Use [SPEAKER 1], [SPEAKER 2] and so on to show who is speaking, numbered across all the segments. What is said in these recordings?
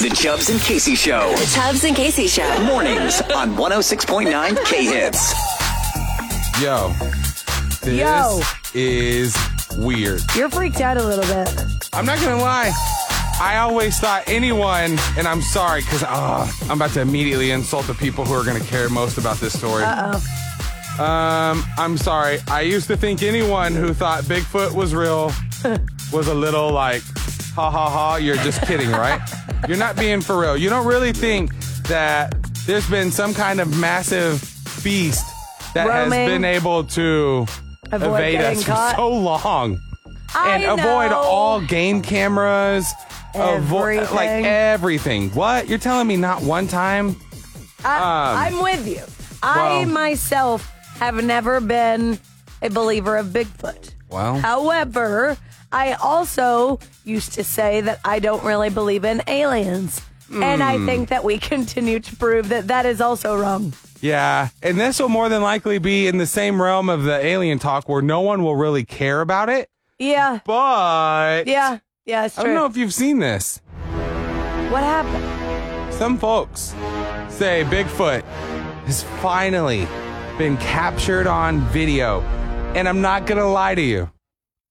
[SPEAKER 1] The Chubbs and Casey Show.
[SPEAKER 2] The Tubbs and Casey Show.
[SPEAKER 1] Mornings on 106.9 K Hits.
[SPEAKER 3] Yo. This
[SPEAKER 4] Yo.
[SPEAKER 3] is weird.
[SPEAKER 4] You're freaked out a little bit.
[SPEAKER 3] I'm not gonna lie. I always thought anyone, and I'm sorry because I'm about to immediately insult the people who are gonna care most about this story. Uh oh. Um, I'm sorry. I used to think anyone who thought Bigfoot was real was a little like, ha ha ha, you're just kidding, right? You're not being for real. You don't really think that there's been some kind of massive beast that has
[SPEAKER 4] Roaming.
[SPEAKER 3] been able to
[SPEAKER 4] Avoid
[SPEAKER 3] evade
[SPEAKER 4] getting
[SPEAKER 3] us
[SPEAKER 4] caught.
[SPEAKER 3] for so long.
[SPEAKER 4] I
[SPEAKER 3] and avoid
[SPEAKER 4] know.
[SPEAKER 3] all game cameras. Avoid like
[SPEAKER 4] Everything.
[SPEAKER 3] everything. What? You're telling me not one time?
[SPEAKER 4] I, I'm with you. I
[SPEAKER 3] Wow.
[SPEAKER 4] myself have never been a believer of Bigfoot.
[SPEAKER 3] Wow.
[SPEAKER 4] However, I also used to say that I don't really believe in aliens. And
[SPEAKER 3] Hmm.
[SPEAKER 4] I think that we continue to prove that that is also wrong.
[SPEAKER 3] Yeah. And this will more than likely be in the same realm of the alien talk where no one will really care about it.
[SPEAKER 4] Yeah.
[SPEAKER 3] But
[SPEAKER 4] Yeah. Yeah, it's
[SPEAKER 3] I
[SPEAKER 4] true.
[SPEAKER 3] don't know if you've seen this.
[SPEAKER 4] What happened?
[SPEAKER 3] Some folks say Bigfoot has finally been captured on video. And I'm not going to lie to you.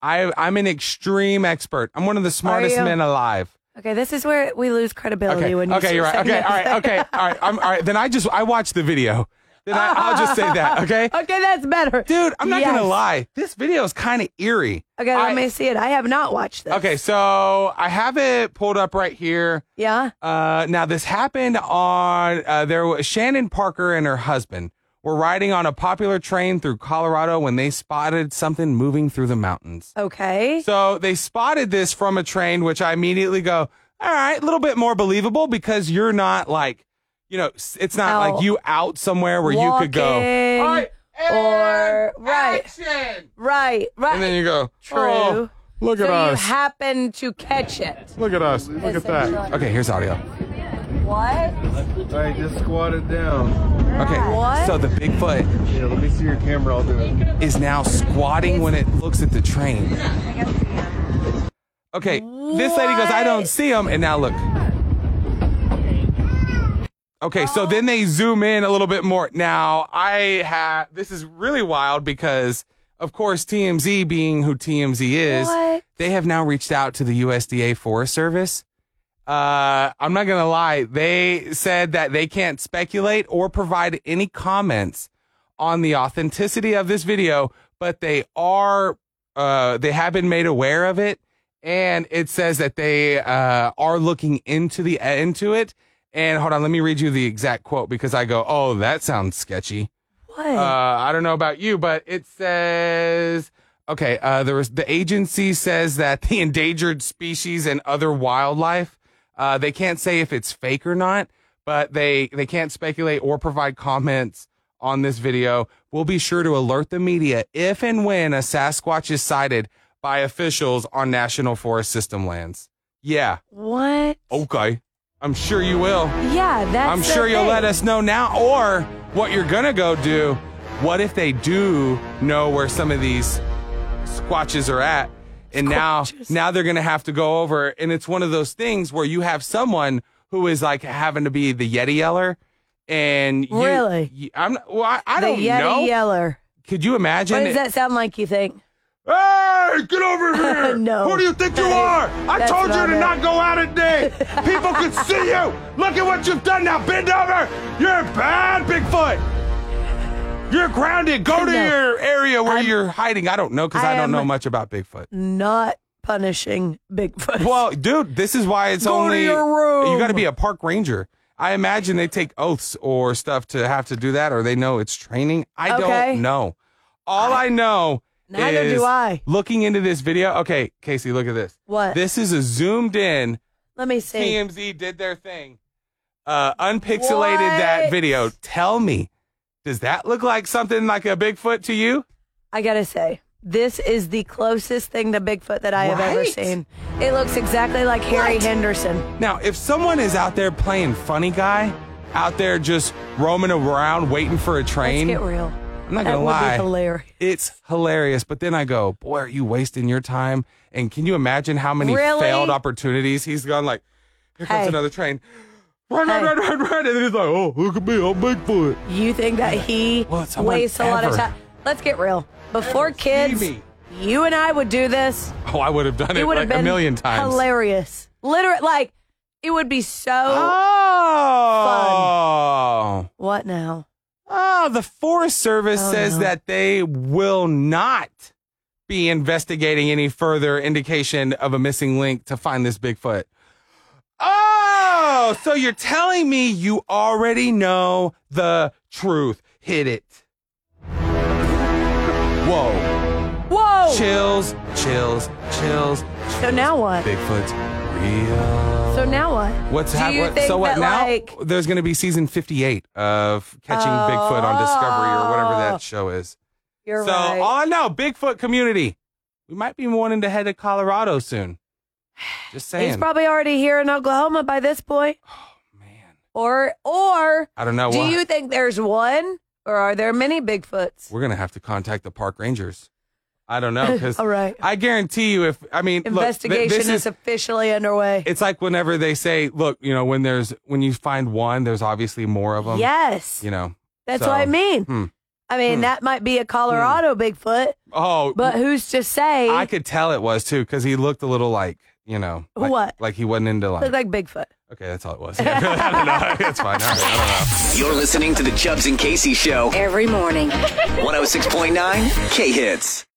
[SPEAKER 3] I, I'm an extreme expert. I'm one of the smartest
[SPEAKER 4] you?
[SPEAKER 3] men alive.
[SPEAKER 4] Okay, this is where we lose credibility
[SPEAKER 3] Okay,
[SPEAKER 4] when you
[SPEAKER 3] okay,
[SPEAKER 4] start
[SPEAKER 3] you're right.
[SPEAKER 4] saying
[SPEAKER 3] Okay,
[SPEAKER 4] that.
[SPEAKER 3] all right, okay, all right. I'm all right. Then I just I watched the video. Then I, I'll just say that. Okay,
[SPEAKER 4] Okay, that's better.
[SPEAKER 3] dude, I'm not
[SPEAKER 4] Yes.
[SPEAKER 3] gonna lie. This video is kind of eerie.
[SPEAKER 4] Okay, let
[SPEAKER 3] I-
[SPEAKER 4] me see it. I have not watched this.
[SPEAKER 3] Okay, so I have it pulled up right here.
[SPEAKER 4] Yeah.
[SPEAKER 3] Uh, now this happened on uh, there. Was, Shannon Parker and her husband were riding on a popular train through Colorado when they spotted something moving through the mountains.
[SPEAKER 4] Okay.
[SPEAKER 3] So they spotted this from a train, which I immediately go, all right, a little bit more believable because you're not like, you know, s- it's not
[SPEAKER 4] Out.
[SPEAKER 3] like you out somewhere where you could go.
[SPEAKER 4] Walking
[SPEAKER 3] "All right, and
[SPEAKER 4] or- right.
[SPEAKER 3] action."
[SPEAKER 4] Right, right.
[SPEAKER 3] And then you go,
[SPEAKER 4] True.
[SPEAKER 3] "Oh, look
[SPEAKER 4] so
[SPEAKER 3] at us.
[SPEAKER 4] you happen to catch it.
[SPEAKER 3] look at us. Look at that. Okay, here's audio.
[SPEAKER 4] What?
[SPEAKER 5] Alright, just squat it down.
[SPEAKER 3] Okay.
[SPEAKER 4] What?
[SPEAKER 3] So the Bigfoot
[SPEAKER 5] Yeah, let me see your camera. I'll do it.
[SPEAKER 3] is now squatting when it looks at the train. Okay, this lady goes, I don't see him. And now look. Okay, so then they zoom in a little bit more. Now, I have, this is really wild because, of course, TMZ being who TMZ is,
[SPEAKER 4] What?
[SPEAKER 3] they have now reached out to the USDA Forest Service. Uh, I'm not going to lie. They said that they can't speculate or provide any comments on the authenticity of this video, but they are, uh, they have been made aware of it. And it says that they, uh, are looking into the, into it. And hold on, let me read you the exact quote because I go, oh, that sounds sketchy.
[SPEAKER 4] What?
[SPEAKER 3] Uh, I don't know about you, but it says okay. Uh, there was the agency says that the endangered species and other wildlife. Uh, they can't say if it's fake or not, but they they can't speculate or provide comments on this video. We'll be sure to alert the media if and when a Sasquatch is sighted by officials on National Forest System lands. Yeah.
[SPEAKER 4] what?
[SPEAKER 3] Okay. I'm sure you will.
[SPEAKER 4] Yeah, that's.
[SPEAKER 3] I'm
[SPEAKER 4] the
[SPEAKER 3] sure you'll
[SPEAKER 4] thing.
[SPEAKER 3] let us know now, or what you're gonna go do. What if they do know where some of these squatches are at, and
[SPEAKER 4] Squatches.
[SPEAKER 3] now now they're gonna have to go over, and it's one of those things where you have someone who is like having to be the Yeti yeller, and you,
[SPEAKER 4] Really?
[SPEAKER 3] you- I'm well, I, I
[SPEAKER 4] The
[SPEAKER 3] don't
[SPEAKER 4] Yeti
[SPEAKER 3] know.
[SPEAKER 4] Yeller.
[SPEAKER 3] Could you imagine?
[SPEAKER 4] What does that sound like? You think?
[SPEAKER 3] Hey, get over here!
[SPEAKER 4] No.
[SPEAKER 3] Who do you think you are? I
[SPEAKER 4] That's
[SPEAKER 3] told you
[SPEAKER 4] not
[SPEAKER 3] to
[SPEAKER 4] it.
[SPEAKER 3] not go out at day. People can see you. Look at what you've done now. Bend over. You're bad, Bigfoot. You're grounded. Go to
[SPEAKER 4] No.
[SPEAKER 3] your area where you're hiding. I don't know because I,
[SPEAKER 4] I
[SPEAKER 3] don't
[SPEAKER 4] am-
[SPEAKER 3] know much about Bigfoot.
[SPEAKER 4] Not punishing Bigfoot.
[SPEAKER 3] Well, dude, this is why it's
[SPEAKER 4] Go to
[SPEAKER 3] only
[SPEAKER 4] your room.
[SPEAKER 3] you got to be a park ranger. I imagine they take oaths or stuff to have to do that, or they know it's training. I
[SPEAKER 4] Okay.
[SPEAKER 3] don't know. All I, know
[SPEAKER 4] Neither
[SPEAKER 3] is
[SPEAKER 4] do I.
[SPEAKER 3] looking into this video. Okay, Casey, look at this.
[SPEAKER 4] What?
[SPEAKER 3] This is a zoomed in.
[SPEAKER 4] let me see.
[SPEAKER 3] TMZ did their thing. Uh, unpixelated that
[SPEAKER 4] What?
[SPEAKER 3] video. Tell me, does that look like something like a Bigfoot to you?
[SPEAKER 4] I gotta say, this is the closest thing to Bigfoot that I have ever
[SPEAKER 3] Right?
[SPEAKER 4] seen. It looks exactly like Harry Henderson.
[SPEAKER 3] Now, if someone is out there playing funny guy, out there just roaming around waiting for a train,
[SPEAKER 4] Let's get real.
[SPEAKER 3] I'm not
[SPEAKER 4] That
[SPEAKER 3] gonna
[SPEAKER 4] would
[SPEAKER 3] lie,
[SPEAKER 4] be hilarious.
[SPEAKER 3] it's hilarious. But then I go, boy, are you wasting your time? And can you imagine how many
[SPEAKER 4] Really?
[SPEAKER 3] failed opportunities he's gone like, Here comes
[SPEAKER 4] Hey.
[SPEAKER 3] another train. Run,
[SPEAKER 4] Hey.
[SPEAKER 3] run, run, run, run. And then he's like, oh, look at me. I'm Bigfoot.
[SPEAKER 4] You think that he
[SPEAKER 3] Well, it's- I want
[SPEAKER 4] wastes a lot of
[SPEAKER 3] ever.
[SPEAKER 4] time? Let's get real. Before
[SPEAKER 3] Ever see
[SPEAKER 4] kids,
[SPEAKER 3] me.
[SPEAKER 4] you and I would do this.
[SPEAKER 3] Oh, I would have done it,
[SPEAKER 4] It would have
[SPEAKER 3] like
[SPEAKER 4] been
[SPEAKER 3] a million times.
[SPEAKER 4] hilarious. Literally, like it would be so.
[SPEAKER 3] Oh.
[SPEAKER 4] What now?
[SPEAKER 3] Oh, the Forest Service
[SPEAKER 4] Oh,
[SPEAKER 3] says
[SPEAKER 4] no.
[SPEAKER 3] that they will not be investigating any further indication of a missing link to find this Bigfoot. Oh, so you're telling me you already know the truth. Hit it. Whoa.
[SPEAKER 4] Whoa!
[SPEAKER 3] Chills, chills, chills.
[SPEAKER 4] So now what?
[SPEAKER 3] Bigfoot's real.
[SPEAKER 4] So now what?
[SPEAKER 3] What's
[SPEAKER 4] Do you
[SPEAKER 3] happening?
[SPEAKER 4] think
[SPEAKER 3] So what
[SPEAKER 4] that,
[SPEAKER 3] now?
[SPEAKER 4] like-
[SPEAKER 3] There's going to be season 58 of Catching
[SPEAKER 4] Oh.
[SPEAKER 3] Bigfoot on Discovery or whatever that show is.
[SPEAKER 4] You're
[SPEAKER 3] so
[SPEAKER 4] right.
[SPEAKER 3] all I know, Bigfoot community, we might be wanting to head to Colorado soon. Just saying.
[SPEAKER 4] He's probably already here in Oklahoma by this point.
[SPEAKER 3] Oh, Man, Oh,
[SPEAKER 4] Or or
[SPEAKER 3] I don't know.
[SPEAKER 4] do
[SPEAKER 3] why.
[SPEAKER 4] you think there's one or are there many Bigfoots?
[SPEAKER 3] We're going to have to contact the park rangers. I don't know because
[SPEAKER 4] All right.
[SPEAKER 3] I guarantee you, if I mean, look, th-
[SPEAKER 4] Investigation
[SPEAKER 3] this
[SPEAKER 4] is,
[SPEAKER 3] is
[SPEAKER 4] officially underway.
[SPEAKER 3] it's like whenever they say, look, you know, when there's when you find one, there's obviously more of them.
[SPEAKER 4] yes.
[SPEAKER 3] You know.
[SPEAKER 4] that's
[SPEAKER 3] so,
[SPEAKER 4] what I mean.
[SPEAKER 3] hmm.
[SPEAKER 4] I mean, that might be a Colorado Bigfoot,
[SPEAKER 3] Oh,
[SPEAKER 4] but who's to say
[SPEAKER 3] I could tell it was too because he looked a little like you know like,
[SPEAKER 4] What?
[SPEAKER 3] like he wasn't into
[SPEAKER 4] look
[SPEAKER 3] like
[SPEAKER 4] like Bigfoot?
[SPEAKER 3] okay that's all it was I don't know it's fine All right, I don't know.
[SPEAKER 1] You're listening to the Chubbs and Casey Show.
[SPEAKER 2] Every morning.
[SPEAKER 1] 106.9 K Hits.